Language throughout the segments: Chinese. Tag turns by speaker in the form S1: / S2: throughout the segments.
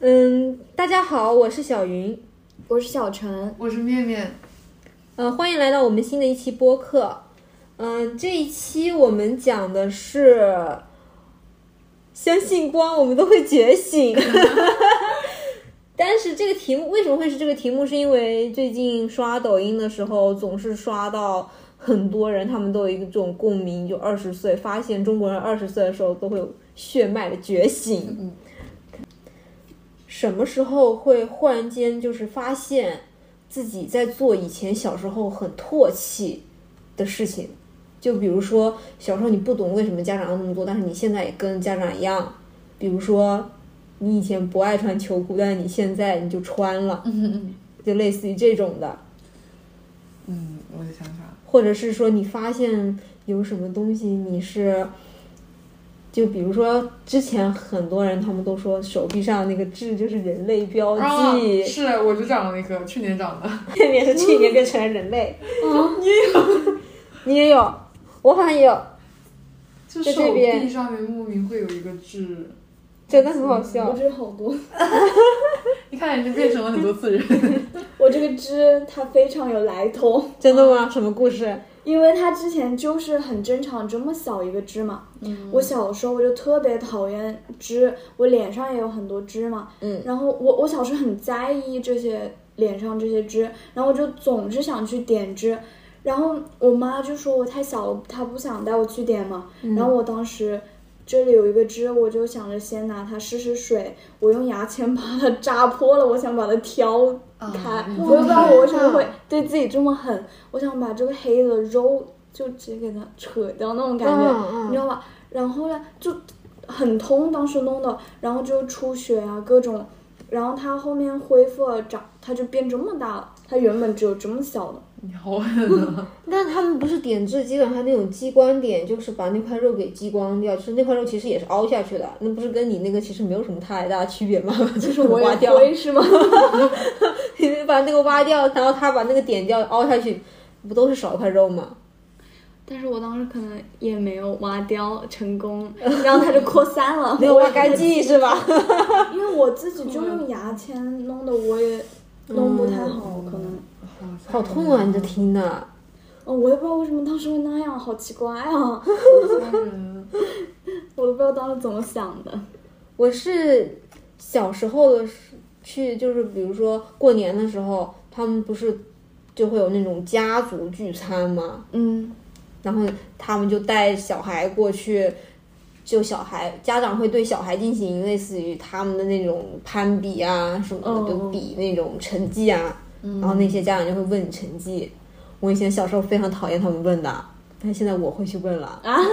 S1: 嗯，大家好，我是小云，
S2: 我是小陈，
S3: 我是面面。
S1: 呃，欢迎来到我们新的一期播客。嗯、这一期我们讲的是，相信光，我们都会觉醒。 但是这个题目为什么会是这个题目？是因为最近刷抖音的时候，总是刷到很多人，他们都有一种共鸣，就二十岁发现中国人二十岁的时候都会有血脉的觉醒。
S2: 嗯，
S1: 什么时候会忽然间就是发现自己在做以前小时候很唾弃的事情？就比如说小时候你不懂为什么家长要那么做，但是你现在也跟家长一样。比如说你以前不爱穿秋裤，但是你现在你就穿了，就类似于这种的。
S3: 嗯，我在想啥？
S1: 或者是说你发现有什么东西你是，就比如说之前很多人他们都说手臂上那个痣就是人类标
S3: 啊
S1: 记，，
S3: 是，我就长了一个，去年长的。
S1: 面面是去年变成了人类，哦
S3: 嗯，你也有，
S1: 你也有，我好像也有，
S3: 就
S1: 在这
S3: 手
S1: 边
S3: 臂上面莫名会有一个痣，
S1: 真的很好
S2: 我
S1: 笑。
S2: 这好多，
S3: 一看已经变成了很多次人。
S2: 我这个知它非常有来头，
S1: 真的吗？什么故事？
S2: 因为它之前就是很正常，这么小一个痣嘛。嗯，我小时候我就特别讨厌痣，我脸上也有很多痣嘛。
S1: 嗯，
S2: 然后我我小时候很在意这些脸上这些痣，然后我就总是想去点痣。然后我妈就说我太小了，她不想带我去点嘛。
S1: 嗯
S2: 然后我当时这里有一个痣，我就想着先拿它试试水，我用牙签把它扎破了，我想把它挑开。
S3: 嗯
S2: 我也不知道我为什么
S1: 哦天
S2: 会
S1: 哪
S2: 对自己这么狠，我想把这个黑的肉就直接给它扯掉那种感觉，
S1: 嗯嗯
S2: 你知道吧？然后呢就很痛，当时弄的，然后就出血啊各种，然后它后面恢复了长，它就变这么大了，它原本只有这么小的。
S3: 你好狠啊！
S1: 但他们不是点痣，基本上那种激光点，就是把那块肉给激光掉，就是那块肉其实也是凹下去的，那不是跟你那个其实没有什么太大区别吗？ 就是
S2: 我
S1: 挖
S2: 也
S1: 掉，
S2: 会是吗？
S1: 你把那个挖掉，然后他把那个点掉凹下去，不都是少一块肉 吗？
S2: 但是我当时可能也没有挖掉成 功，然后它就扩散了，嗯
S1: 没有挖干净是吧？
S2: 因为我自 己就用牙签弄的，我也弄不太
S1: 嗯
S2: 好，可能。
S1: 好痛啊！你的天呐，
S2: 哦，我也不知道为什么当时会那样，好奇怪啊！
S3: 吓人！
S2: 我都不知道当时怎么想的。
S1: 我是小时候的时去，就是比如说过年的时候，他们不是就会有那种家族聚餐嘛，
S2: 嗯，
S1: 然后他们就带小孩过去，就小孩家长会对小孩进行类似于他们的那种攀比啊什么的，
S2: 嗯
S1: 就比那种成绩啊，然后那些家长就会问你成绩。我以前小时候非常讨厌他们问的，但现在我会去问了。
S2: 啊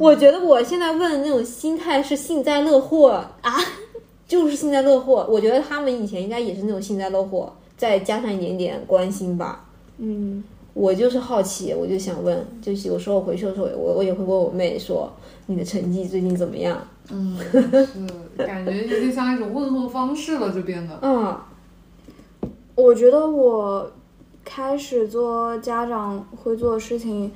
S1: 我觉得我现在问的那种心态是幸灾乐祸啊， 就是幸灾乐祸。我觉得他们以前应该也是那种幸灾乐祸，再加上一点点关心吧。
S2: 嗯，
S1: 我就是好奇，我就想问，就是有时候回去的时候，我我也会问我妹说你的成绩最近怎么样？
S3: 嗯，是，感觉有点像一种问候方式了，就变得。
S1: 嗯，
S2: 我觉得我开始做家长会做的事情，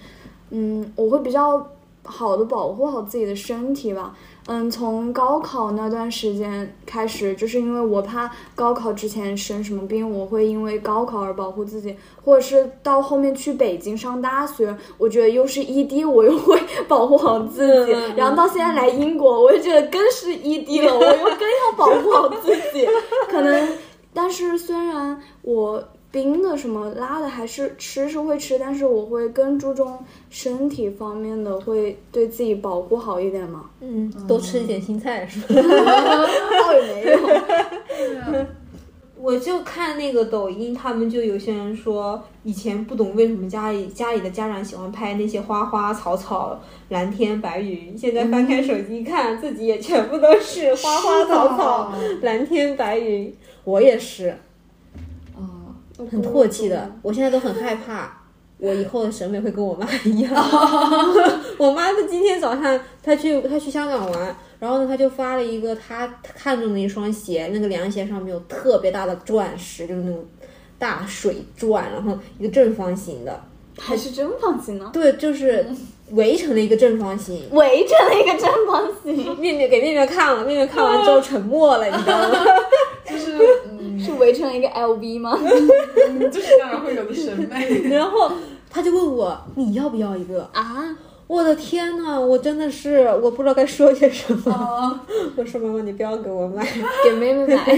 S2: 嗯，我会比较好的保护好自己的身体吧。嗯，从高考那段时间开始，就是因为我怕高考之前生什么病，我会因为高考而保护自己，或者是到后面去北京上大学，我觉得又是异地，我又会保护好自己。
S1: 嗯嗯
S2: 然后到现在来英国，我就觉得更是异地了，我又更要保护好自己。可能，但是虽然我冰的什么辣的还是吃是会吃，但是我会更注重身体方面的，会对自己保护好一点嘛。
S1: 嗯，多吃一点青菜是吧？
S2: 哦 倒也没有。啊
S1: 我就看那个抖音，他们就有些人说，以前不懂为什么家里家里的家长喜欢拍那些花花草草、蓝天白云，现在翻开手机一看，自己也全部都是花花草草、
S2: 嗯
S1: 蓝天白云。我也是
S3: 啊，
S1: 很唾弃的，我现在都很害怕。我以后的审美会跟我妈一样。我妈她今天早上她去她去香港玩，然后呢，她就发了一个她她看中的一双鞋，那个凉鞋上面有特别大的钻石，就是那种大水钻，然后一个正方形的，
S2: 还是正方形呢。
S1: 对，就是围成了一个正方形。
S2: 围成了一个正方形，
S1: 面面给面面看了，面面看完之后沉默了，你知道吗？
S3: 就是嗯，
S2: 是围成了一个 LV 吗？
S3: 就是当然会有的审美。
S1: 然后他就问我你要不要一个？
S2: 啊，
S1: 我的天呐，我真的是我不知道该说些什么。
S3: 啊，
S1: 我说妈妈，你不要给我买，
S2: 给妹妹 买。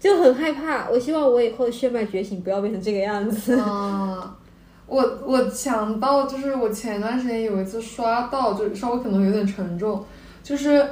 S1: 就很害怕。我希望我以后的血脉觉醒不要变成这个样 子。
S3: 啊，我我想到就是我前段时间有一次刷到，就稍微可能有点沉重，就是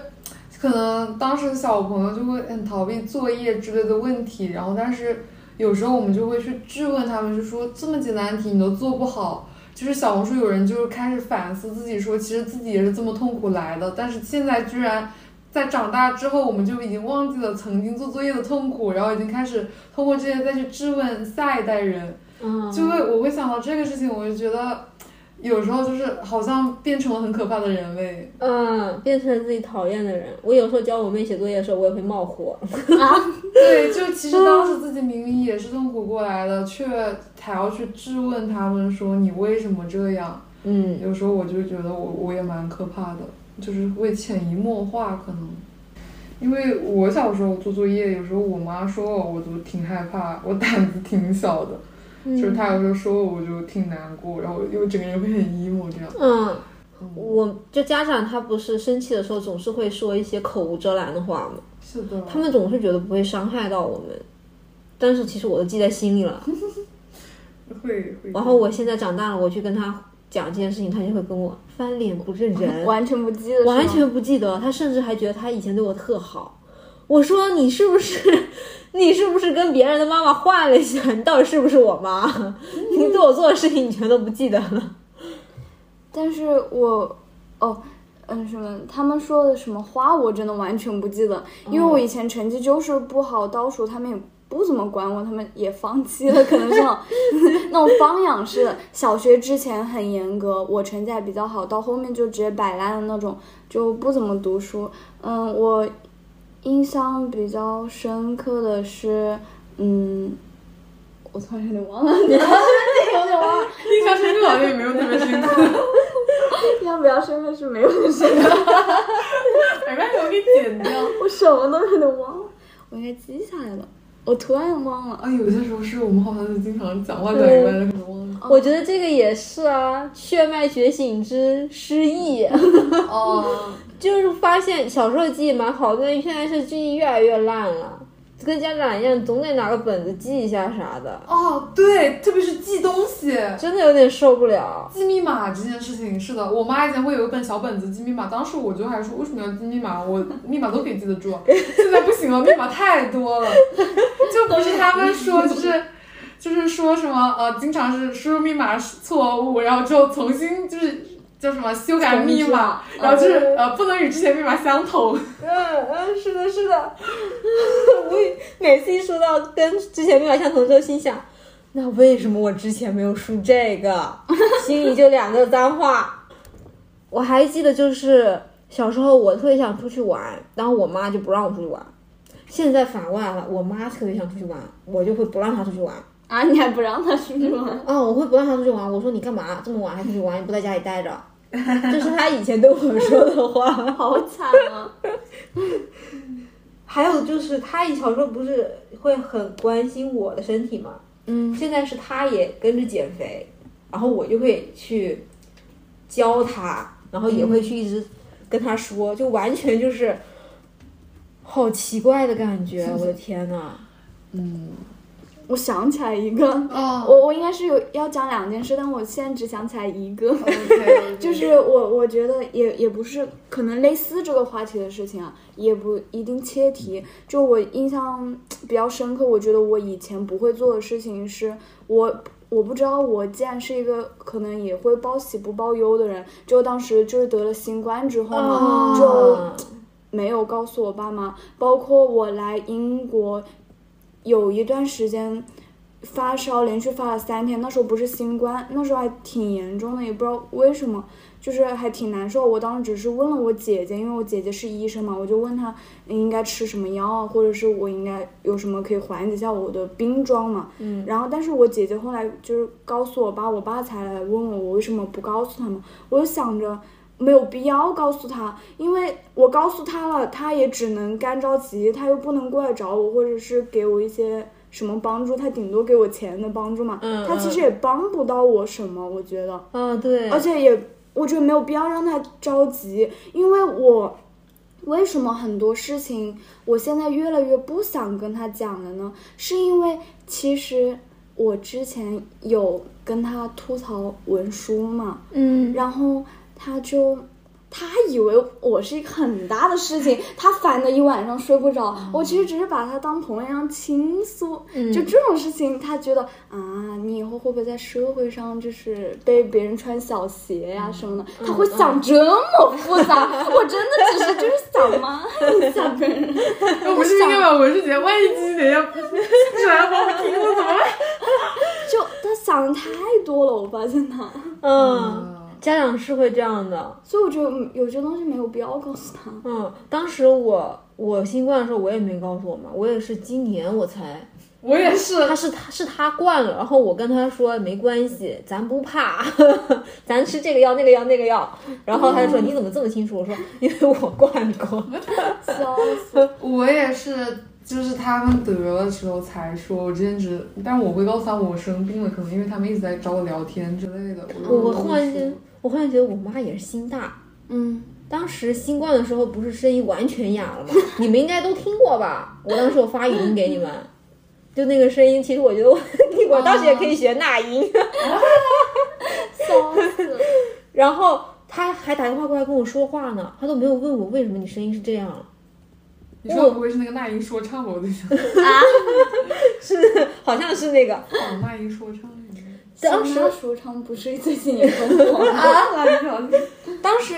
S3: 可能当时小朋友就会很逃避作业之类的问题，然后但是有时候我们就会去质问他们，就说这么简单的题你都做不好。就是小红书有人就是开始反思自己说，其实自己也是这么痛苦来的，但是现在居然在长大之后，我们就已经忘记了曾经做作业的痛苦，然后已经开始通过这些再去质问下一代人。
S1: 嗯，
S3: 就会我会想到这个事情，我就觉得有时候就是好像变成了很可怕的人类。
S1: 嗯，变成了自己讨厌的人。我有时候教我妹写作业的时候，我也会冒火。
S3: 对，就其实当时自己明明也是痛苦过来的，却还要去质问他们说你为什么这样。
S1: 嗯，
S3: 有时候我就觉得我我也蛮可怕的，就是会潜移默化可能。因为我小时候做作业，有时候我妈说我，我都挺害怕，我胆子挺小的，就是她有时候说我，我就挺难过，然后又整个人会很 emo 这样。
S1: 嗯，我就家长他不是生气的时候总是会说一些口无遮拦的话吗？
S3: 是的，
S1: 他们总是觉得不会伤害到我们，但是其实我都记在心里了。
S3: 会会。
S1: 然后我现在长大了，我去跟他讲这件事情，他就会跟我翻脸不认人，
S2: 完全不记得，
S1: 完全不记得。他甚至还觉得他以前对我特好。我说你是不是 你是不是跟别人的妈妈换了一下？你到底是不是我妈？ 你对我做的事情你全都不记得了。
S2: 但是我，哦，嗯，什么？他们说的什么花，我真的完全不记得，因为我以前成绩就是不好，倒数他们也不怎么管我，他们也放弃了，可能是那种 那种放养式的。小学之前很严格，我成绩还比较好，到后面就直接摆烂的那种，就不怎么读书。嗯，我印象比较深刻的是，嗯，我突然有点忘了， 有点忘了。
S3: 印象深刻好像也没有特别深刻，
S2: 要不要身份是没有的身份，
S3: 没关系，哎我给你剪掉。
S2: 我什么都有点忘了，我应该记下来了，我突然忘 了。
S3: 啊，有些时候是我们好像就经常讲话讲一半，可能忘了。
S1: 我觉得这个也是啊，血脉觉醒之失忆。
S3: 哦，
S1: 就是发现小时候记忆蛮好，但现在是记忆越来越烂了，跟家长一样，总得拿个本子记一下啥的，
S3: 哦，对，特别是记东西。
S1: 真的有点受不了。
S3: 记密码这件事情是的，我妈以前会有一本小本子记密码，当时我就还说为什么要记密码，我密码都可以记得住，啊 现在不行了，密码太多了，就不是他们 说就是。就是说什么呃，经常是输入密码是错误，然后之后重新就是叫什么修改密码，
S1: 重置
S3: 然后就是
S1: 嗯
S3: 呃不能与之前密码相同。
S1: 嗯嗯，是的，是的。 我也每次一说到跟之前密码相同之后，心想，那为什么我之前没有输这个？心里就两个脏话。我还记得，就是小时候我特别想出去玩，然后我妈就不让我出去玩。现在反过来了，我妈特别想出去玩，我就会不让她出去玩。
S2: 啊，你还不让他出去 玩？
S1: 啊、我会不让他出去玩。我说你干嘛这么晚还出去玩？你不在家里待着？ 这是他以前对我说的话。
S2: 好惨啊！
S1: 还有就是，他小时候不是会很关心我的身体吗？
S2: 嗯，
S1: 现在是他也跟着减肥，然后我就会去教他，然后也
S2: 嗯
S1: 会去一直跟他说，就完全就是好奇怪的感觉。我的天呐！
S3: 嗯，
S2: 我想起来一个，
S3: 哦
S2: 我我应该是有要讲两件事，但我现在只想起来一个。
S3: ，OK，
S2: 就是我，我觉得也也不是，可能类似这个话题的事情啊，也不一定切题。就我印象比较深刻，我觉得我以前不会做的事情是，我我不知道我既然是一个可能也会报喜不报忧的人，就当时就是得了新冠之后嘛，哦就
S1: 啊
S2: 没有告诉我爸妈，包括我来英国有一段时间，发烧，连续发了三天。那时候不是新冠，那时候还挺严重的，也不知道为什么，就是还挺难受。我当时只是问了我姐姐，因为我姐姐是医生嘛，我就问她你应该吃什么药啊，或者是我应该有什么可以缓解一下我的冰霜嘛。嗯。然后，但是我姐姐后来就是告诉我爸，我爸才来问我，我为什么不告诉他们？我就想着。没有必要告诉他，因为我告诉他了，他也只能干着急，他又不能过来找我，或者是给我一些什么帮助，他顶多给我钱的帮助嘛，
S1: 嗯
S2: 他其实
S1: 嗯
S2: 也帮不到我什么，我觉得，
S1: 嗯、对，
S2: 而且也我觉得没有必要让他着急，因为我为什么很多事情我现在越来越不想跟他讲了呢？是因为其实我之前有跟他吐槽文书嘛，
S1: 嗯，
S2: 然后他就他以为我是一个很大的事情，他烦的一晚上睡不着。我其实只是把他当朋友一样倾诉，就这种事情，他觉得啊，你以后会不会在社会上就是被别人穿小鞋呀、什么的？他会想这么复杂，我真的只是就是想嘛，一下别人，
S3: 我们是应该把文世杰，万一今天要突然把我听了怎么办？
S2: 就他想的太多了，我发现 他，
S1: 嗯，
S3: 哦
S1: 家长是会这样的。
S2: 所以我觉得有些东西没有必要告诉他。
S1: 嗯，当时我我新冠的时候，我也没告诉我妈，我也是今年我才，
S3: 我也是，
S1: 他是他是他惯了，然后我跟他说没关系，咱不怕， 咱吃这个药那个药那个药，然后他就说你怎么这么清楚？我说因为我惯过，
S2: 笑死。
S3: 我也是，就是他们得了之后才说，我之前只，但我会告诉他们我生病了，可能因为他们一直在找我聊天之类的。
S1: 我我
S3: 就
S1: 忽然间我忽然觉得我妈也是心大。
S2: 嗯，
S1: 当时新冠的时候不是声音完全哑了吗？你们应该都听过吧？我当时有发语音给你们，就那个声音，其实我觉得我我当时也可以学那英。
S2: 笑 死。
S1: 然后他还打电话过来跟我说话呢，他都没有问我为什么你声音是这样，
S3: 你说不会是那个那英说唱吧？我在想，
S1: 是好像是那个
S3: 哦，那英说唱。
S1: 当时
S2: 说唱不是最近也很火吗？
S3: 啊， 那条
S1: 当时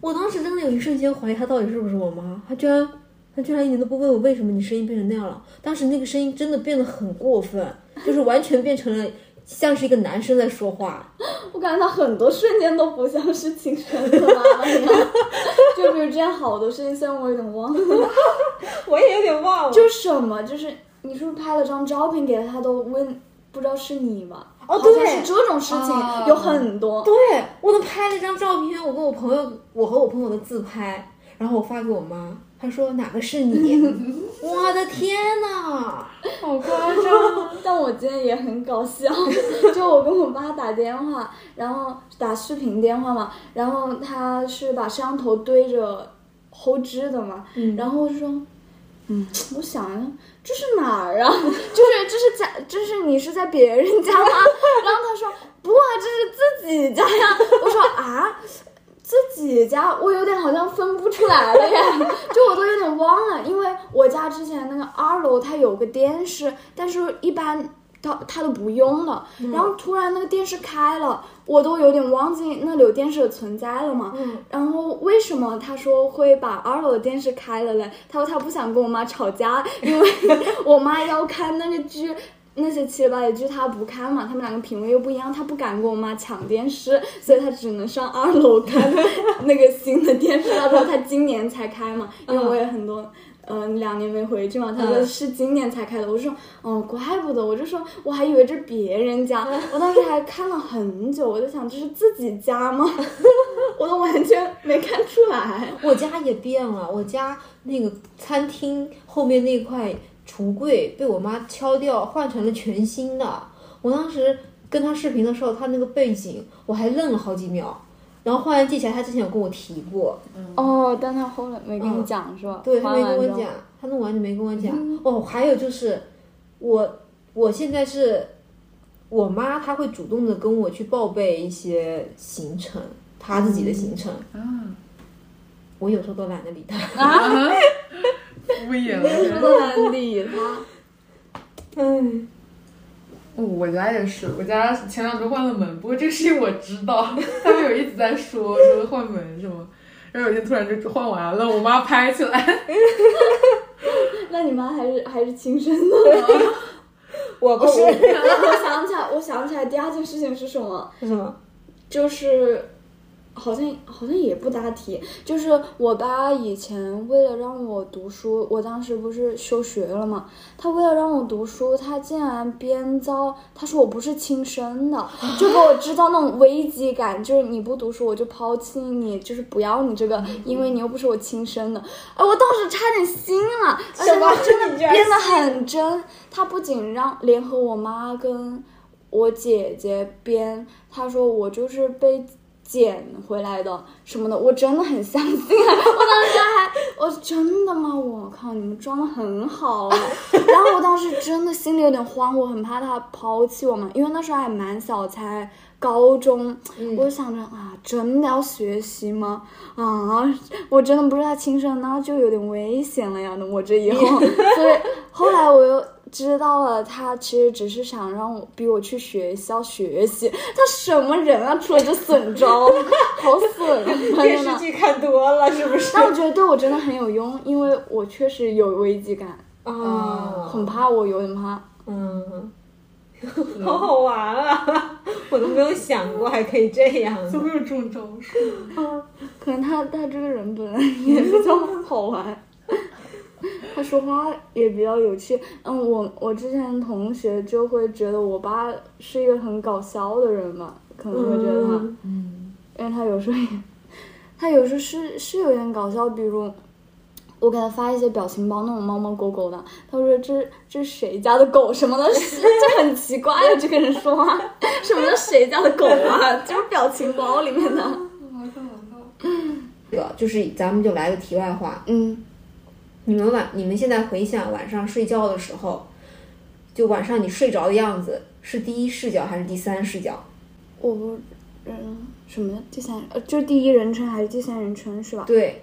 S1: 我当时真的有一瞬间怀疑他到底是不是我妈，他居然他居然一点都不问我为什么你声音变成那样了，当时那个声音真的变得很过 分，就是完全变成了像是一个男生在说话，
S2: 我感觉他很多瞬间都不像是亲生的妈妈一样，就比如之前好多事情，虽然我有点忘了，
S1: 我也有点忘了
S2: 就什么就是你是不是拍了张照片给他，他都问不知道是你吧？
S1: 哦
S2: 好像
S1: 对
S2: 是这种事情、
S3: 啊
S2: 有很多。
S1: 对我都拍了一张照片，我跟我朋友，我和我朋友的自拍，然后我发给我妈，她说哪个是你？ 我的天呐！
S3: 好夸张。
S2: 但我今天也很搞笑， 就我跟我爸打电话，然后打视频电话嘛，然后他是把摄像头对着后置的嘛，然后我就说，嗯，我想一下，这是哪儿啊？ 就是这是家，这是你是在别人家吗？ 然后他说不啊，这是自己家呀。我说啊。自己家我有点好像分不出来了耶， 就我都有点忘了，因为我家之前那个二楼它有个电视，但是一般它它都不用了，然后突然那个电视开了，我都有点忘记那里有电视的存在了嘛。
S1: 嗯
S2: 然后为什么他说会把二楼的电视开了嘞？他说他不想跟我妈吵架，因为我妈要看那个剧。那些七八的剧他不看嘛，他们两个品味又不一样，他不敢跟我妈抢电视，所以他只能上二楼看那个新的电视。他说他今年才开嘛，因为我也很多，嗯、两年没回去嘛。他说
S1: 嗯
S2: 是今年才开的，我说哦，怪不得，我就说我还以为这是别人家，
S1: 嗯
S2: 我当时还看了很久，我就想这是自己 家吗？我都完全没看出来。
S1: 我家也变了，我家那个餐厅后面那块橱柜被我妈敲掉，换成了全新的。我当时跟她视频的时候，她那个背景我还愣了好几秒，然后忽然记起来，她之前有跟我提过，
S2: 哦，但他后来没跟你讲、是吧？
S1: 嗯对他
S2: 还
S1: 没
S2: 完
S1: 跟我
S2: 之后嗯
S1: 讲，他弄完就没跟我讲。哦，还有就是，我我现在是我妈，她会主动的跟我去报备一些行程，她自
S2: 嗯
S1: 己的行程，
S3: 啊，
S1: 我有时候都懒得理她。
S3: 敷衍了。
S2: 我都懒得理他。
S1: 嗯，
S3: 哦我家也是，我家前两周换了门，不过这个事情我知道， 他们有一直在说说换门什么，然后有一天突然就换完了，我妈拍起来，
S2: 那你妈还是还是亲生的？
S1: 我不是
S2: 哦 我我想起来，我想起来第二件事情是什么？
S1: 是什么？
S2: 就是好像好像也不答题，就是我爸以前为了让我读书，我当时不是休学了嘛，他为了让我读书，他竟然编造，他说我不是亲生的，就给我制造那种危机感，就是你不读书我就抛弃你，就是不要你这个，因为你又不是我亲生的，哎，我当时差点心了，而且他真的
S1: 你居然
S2: 编的很真，他不仅让联合我妈跟我姐姐编，她说我就是被捡回来的什么的，我真的很相信啊！我当时还，我真的吗？我靠，你们装的很好啊！然后我当时真的心里有点慌，我很怕他抛弃我们，因为那时候还蛮小，才高中，我就想着啊，真的要学习吗？啊，我真的不是他亲生的，那就有点危险了呀！我这以后，所以后来我又知道了，他其实只是想让我逼我去学校学习。他什么人啊？出来就损招，好损啊！
S1: 电
S2: 真
S1: 视
S2: 的。
S1: 剧看多了是不是？
S2: 但我觉得对我真的很有用，因为我确实有危机感，嗯
S1: 啊，
S2: 哦很嗯怕我有点怕。
S1: 嗯，好好玩啊！ 我都没有想过还可以这样。
S3: 怎
S2: 嗯
S3: 么会有这种招数？
S2: 可能他他这个人本来 也比较好玩， 他说话也比较有趣。嗯，我我之前同学就会觉得我爸是一个很搞笑的人嘛，可能会觉得他，
S1: 嗯
S3: 嗯，
S2: 因为他有时候也， 他有时候是是有点搞笑，比如。我给他发一些表情包，那种猫猫狗狗的，他说这这是谁家的狗什么的，是 这很奇怪呀、这个人说话 什么是谁家的狗啊，就是表情包里面的，
S3: 好搞笑。
S1: 这个就是咱们就来个题外话，
S2: 嗯。
S1: 你们晚你们现在回想晚上睡觉的时候，就晚上你睡着的样子，是第一视角还是第三视角？
S2: 我不，嗯，什么第三呃，就是第一人称还是第三人称是吧？
S1: 对，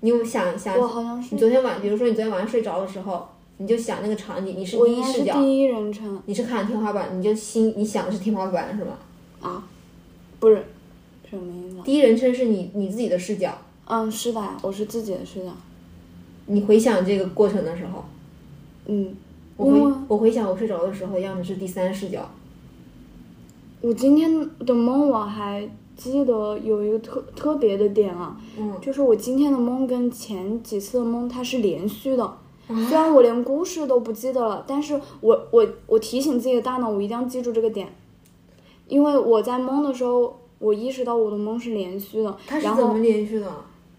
S1: 你有想想
S2: 我好像是
S1: 你，昨天晚，比如说你昨天晚上睡着的时候，你就想那个场景，你是
S2: 我
S1: 第
S2: 应
S1: 一
S2: 该
S1: 视
S2: 是
S1: 角，
S2: 第一人称
S1: 你是看着天花板，你就心你想的是天花板是吗？
S2: 啊，不是，什么意思啊？
S1: 第一人称是你你自己的视角，
S2: 嗯，是的呀，我是自己的视角，
S1: 你回想这个过程的时候，
S2: 嗯，
S1: 我回
S2: 因为
S1: 我回想我睡着的时候样子是第三视角，
S2: 我今天的梦我还记得有一个特特别的点啊，
S1: 嗯
S2: 就是我今天的梦跟前几次的梦它是连续的。
S1: 啊
S2: 虽然我连故事都不记得了，但是我我我提醒自己的大脑，我一定要记住这个点，因为我在梦的时候，我意识到我的梦是连续的
S1: 它，是
S2: 然
S1: 怎么
S2: 后
S1: 连续的？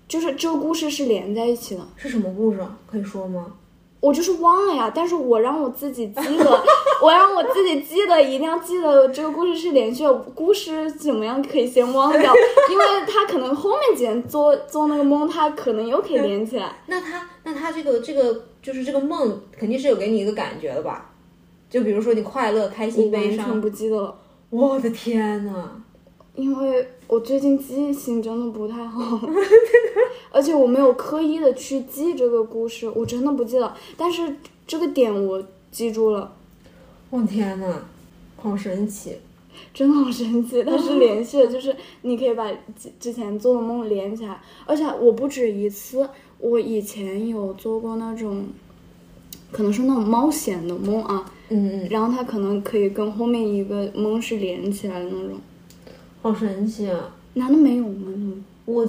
S2: 就是这个故事是连在一起的。
S1: 是什么故事啊？可以说吗？
S2: 我就是忘了呀，但是我让我自己记得， 我让我自己记得，一定要记得这个故事是连续的，故事怎么样可以先忘掉，因为他可能后面几天做做那个梦，他可能又可以连起来。
S1: 那他那他这个这个就是这个梦肯定是有给你一个感觉的吧？就比如说你快乐、开
S2: 我
S1: 心、
S2: 完
S1: 悲
S2: 全
S1: 伤
S2: 不，记得了，
S1: 我的天呐！
S2: 因为我最近记性真的不太好，而且我没有刻意的去记这个故事，我真的不记得。但是这个点我记住了，
S1: 我的天呐，好神奇！
S2: 真的好神奇，它是连续 的，就是你可以把之之前做的梦连起来，而且我不止一次，我以前有做过那种，可能是那种冒险的梦啊，
S1: 嗯嗯，
S2: 然后它可能可以跟后面一个梦是连起来的那种，
S1: 好神奇啊！
S2: 难道没有吗？
S1: 我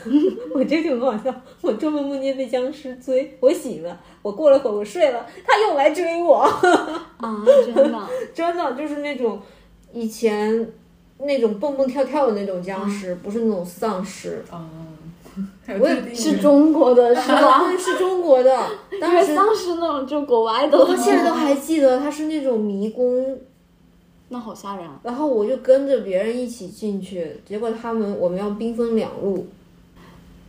S1: 我这就很搞笑，我做梦梦见被僵尸追，我醒了，我过了会儿我睡了，他又来追我，
S2: 啊，真的，
S1: 真的就是那种以前那种蹦蹦跳跳的那种僵尸，不是那种丧 尸。
S3: 啊，
S1: 我也
S2: 是中国的是 吧？
S1: 对，是中国 的，
S2: 因
S1: 当
S2: 为
S1: 时
S2: 丧尸那种就国外的，
S1: 我现在都还记得，它是那种迷宫，
S2: 那好吓人啊！
S1: 然后我就跟着别人一起进去，结果他们我们要兵分两路，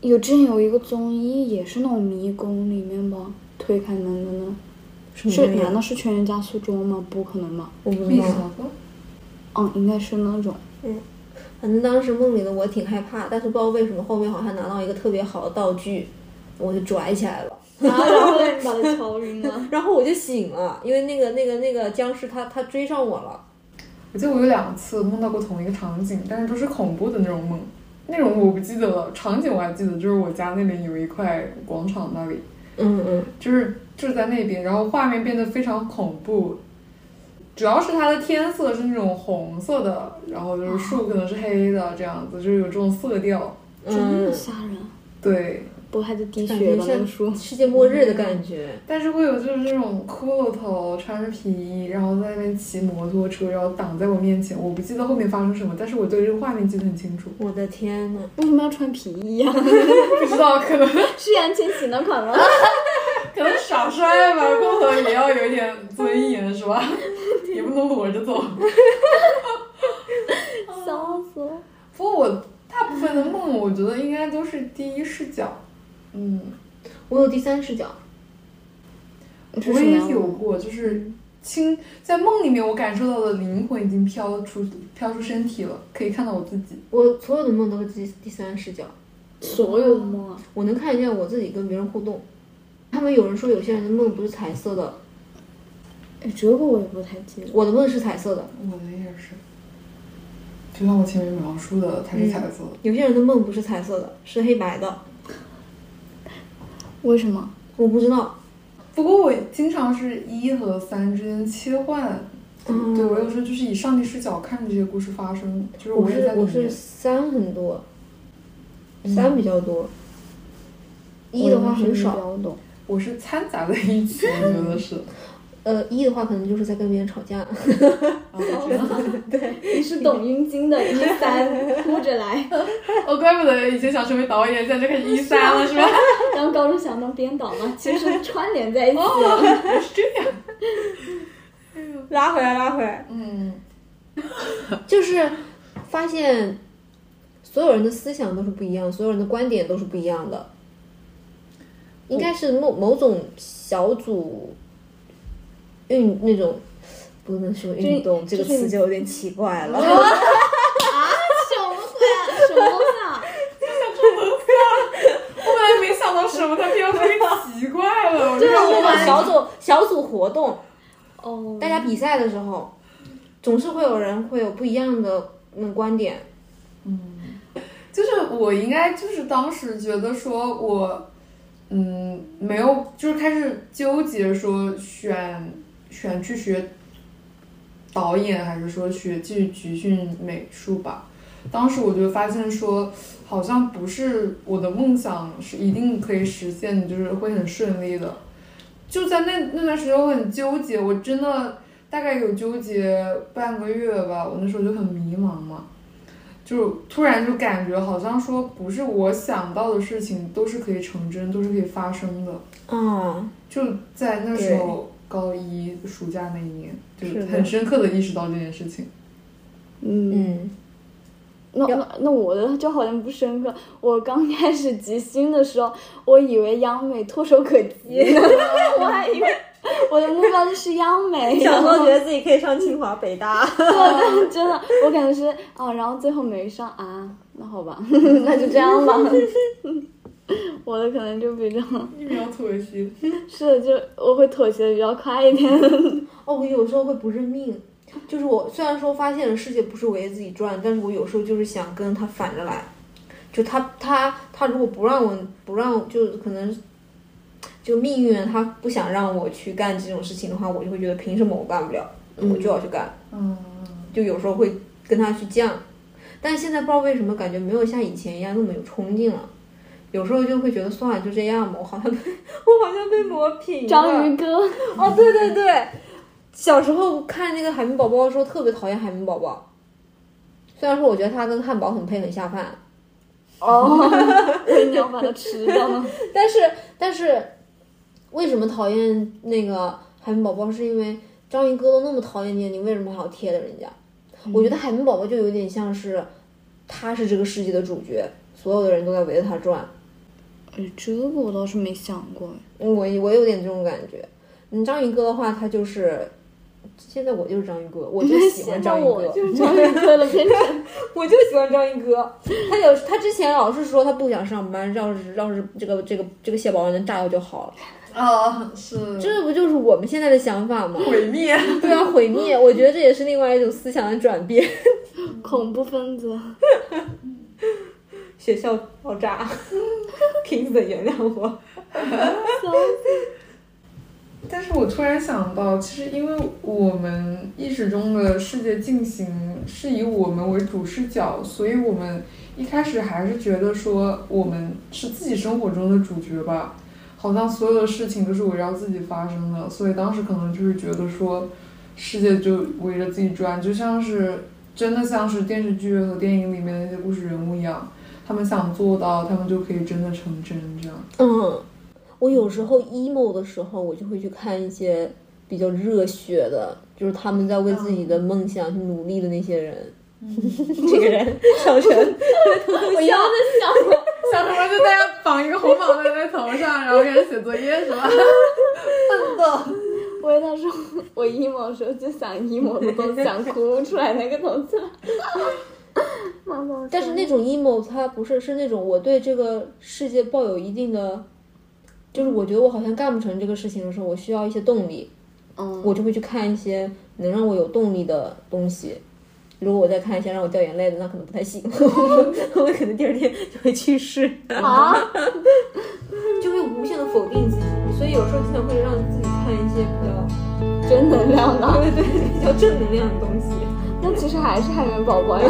S2: 有之前有一个综艺也是那种迷宫里面吧，推开门的那种。
S1: 是
S2: 是
S1: 你们
S2: 难道是全员加速中吗？不可能吧？
S1: 我不知
S3: 你
S1: 道
S3: 什。么？
S2: 嗯，应该是那 种。
S1: 反正当时梦里的我挺害怕，但是不知道为什么后面好像拿到一个特别好的道具，我就拽起来了，
S2: 然后然后把他敲晕了。
S1: 然后我就醒了，因为那个那个那个僵尸他他追上我了。
S3: 我记得我有两次梦到过同一个场景，但是都是恐怖的那种梦，内容我不记得了，场景我还记得，就是我家那边有一块广场那里，
S1: 嗯嗯，
S3: 就是就是在那边，然后画面变得非常恐怖，主要是它的天色是那种红色的，然后就是树可能是黑的，这样子就是有这种色调。
S2: 真的
S1: 嗯，
S2: 吓人。
S3: 对，
S2: 渤海的滴
S1: 感
S2: 血
S1: 觉
S2: 吧，那个
S1: 像
S2: 书。
S1: 嗯世界末日的感觉。
S3: 但是会有就是这种骷髅头穿着皮衣，然后在那边骑摩托车，然后挡在我面前。我不记得后面发生什么，但是我对这个画面记得很清楚。
S1: 我的天呐，
S2: 为什么要穿皮衣呀、
S3: 不知道，可能
S2: 是易烊千玺那款吗？
S3: 可能耍帅吧，过河也要有一点尊严是吧？ 也不能裸着走。
S2: 笑死我！
S3: 不过我大部分的梦，我觉得应该都是第一视角。嗯，
S1: 我有第三视角，
S2: 是
S3: 我
S2: 什么
S3: 也
S2: 样的
S3: 有过，就是轻在梦里面，我感受到的灵魂已经飘出飘出身体了，可以看到我自己。
S1: 我所有的梦都是第第三视角，
S2: 所有的梦啊，
S1: 我能看见我自己跟别人互动。他们有人说有些人的梦不是彩色的，
S2: 哎，这个我也不太记得。
S1: 我的梦是彩色的。
S3: 我的也是，就像我前面描述的，它是彩色的。
S1: 有些人的梦不是彩色的，是黑白的。
S2: 为什么？
S1: 我不知道，
S3: 不过我经常是一和三之间切换。
S1: 嗯
S3: 对我有时候就是以上帝视角看着这些故事发生，就是
S1: 我
S3: 也
S1: 是
S3: 在里
S1: 我
S3: 面。
S1: 是三很多，三比较多，嗯一
S2: 一
S1: 的
S2: 的
S1: 话
S2: 话
S1: 很
S2: 很
S1: 少
S2: 少。懂。
S3: 我是掺杂在一起，我觉得 是。
S1: 呃，一的话可能就是在跟别人吵架。
S3: 啊我知道
S2: 你是懂阴茎的，一三哭着来，
S3: 哦，怪不得以前想成为导演，现在就开始一三了，是吧？
S2: 然后高中想当编导嘛，其实是串联在一起的。
S3: 是这样。
S1: 拉回来，拉回来，
S3: 嗯，
S1: 就是发现所有人的思想都是不一样，所有人的观点都是不一样的，应该是某某种小组运那种。不能说运动这
S2: 这
S1: 个
S2: 这是
S1: 词就有点奇怪了，
S2: 啊，什么鬼啊？什么东西啊？
S3: 我本来没想到什么，他偏要说成奇怪了。我
S1: 就是
S3: 觉得
S1: 那种 小组小组活动，
S2: 哦，
S1: 大家比赛的时候，总是会有人会有不一样的嗯观点，
S3: 就是我应该就是当时觉得说我，嗯，没有，就是开始纠结说选选去学导演还是说学继续集训美术吧。当时我就发现说，好像不是我的梦想是一定可以实现的，就是会很顺利的。就在那那段时间，我很纠结，我真的大概有纠结半个月吧。我那时候就很迷茫嘛，就突然就感觉好像说不是我想到的事情都是可以成真，都是可以发生的。
S1: 啊，
S3: 就在那时候高一暑假那一年，就是
S1: 的
S3: 很深刻的意识到这件事情。
S2: 嗯。
S1: 嗯，
S2: 那
S1: 要
S2: 那那我的就好像不深刻。我刚开始集训的时候，我以为央美唾手可 及，我还以为我的目标就是央 美。
S1: 嗯小时候觉得自己可以上清华北大，
S2: 对对，真的，我感觉是啊、然后最后没上啊，那好吧， 那就这样吧。 我的可能就比较
S3: 一秒妥协，
S2: 是的，就我会妥协的比较快一点。
S1: 哦，我有时候会不认命，就是我虽然说发现了世界不是围着自己转，但是我有时候就是想跟他反着来，就他他他如果不让我不让，就可能就命运他不想让我去干这种事情的话，我就会觉得凭什么我干不了，我就要去干，
S3: 嗯，
S1: 就有时候会跟他去犟，但现在不知道为什么感觉没有像以前一样那么有冲劲了。有时候就会觉得算了，就这样吧。我好像被我好像被磨平了。
S2: 章鱼 哥，
S1: 哦，对对对，小时候看那个海绵宝宝的时候，特别讨厌海绵宝宝。虽然说我觉得它跟汉堡很配，很下饭，
S2: 哦，我一定要把它吃掉吗？
S1: 但是但是为什么讨厌那个海绵宝宝？是因为章鱼哥都那么讨厌你，你为什么还要贴着人家？
S2: 嗯
S1: 我觉得海绵宝宝就有点像是，他是这个世界的主角，所有的人都在围着他转。
S2: 哎，这个我倒是没想过。
S1: 嗯我我有点这种感觉。嗯，章鱼哥的话，他就是现在我就是章鱼哥， 我就喜欢章鱼哥。
S2: 就是章鱼哥 的变成。
S1: 我就喜欢章鱼哥，他有他之前老是说他不想上班，要是要是这个这个这个蟹堡王能炸掉就好了，
S3: 啊，是
S1: 这不就是我们现在的想法吗？
S3: 毁灭。
S1: 对啊，毁灭，我觉得这也是另外一种思想的转变。
S2: 恐怖分子，
S1: 学校爆炸，凭怎原谅我？
S2: 笑死
S3: 但是我我突然想到，其实因为我们意识中的世界进行是以我们为主视角，所以我们一开始还是觉得说我们是自己生活中的主角吧，好像所有的事情都是围绕自己发生的，所以当时可能就是觉得说世界就围着自己转，就像是真的像是电视剧和电影里面的那些故事人物一样，他们想做到，他们就可以真的成真这样。
S1: 嗯，我有时候 emo 的时候，我就会去看一些比较热血的，就是他们在为自己的梦想去努力的那些人。嗯 这个人小陈，我
S2: 一样在想，
S3: 小什么就大家绑一个红绑带在头上，然后开始写作业是吧？
S2: 我那时候我 emo 的时候就想 emo 的都想哭出来那个头像。 妈妈，
S1: 但是那种 emo，它不是是那种我对这个世界抱有一定的，就是我觉得我好像干不成这个事情的时候，我需要一些动力，
S2: 嗯，
S1: 我就会去看一些能让我有动力的东西。如果我再看一些让我掉眼泪的，那可能不太 行，我可能第二天就会去世，
S2: 啊，
S1: 就会无限的否定自己。所以有时候经常会让自己看一些比 较
S2: 真能量的。
S1: 对对对比较正能量的东西。
S2: 那其实还是海绵宝宝呀。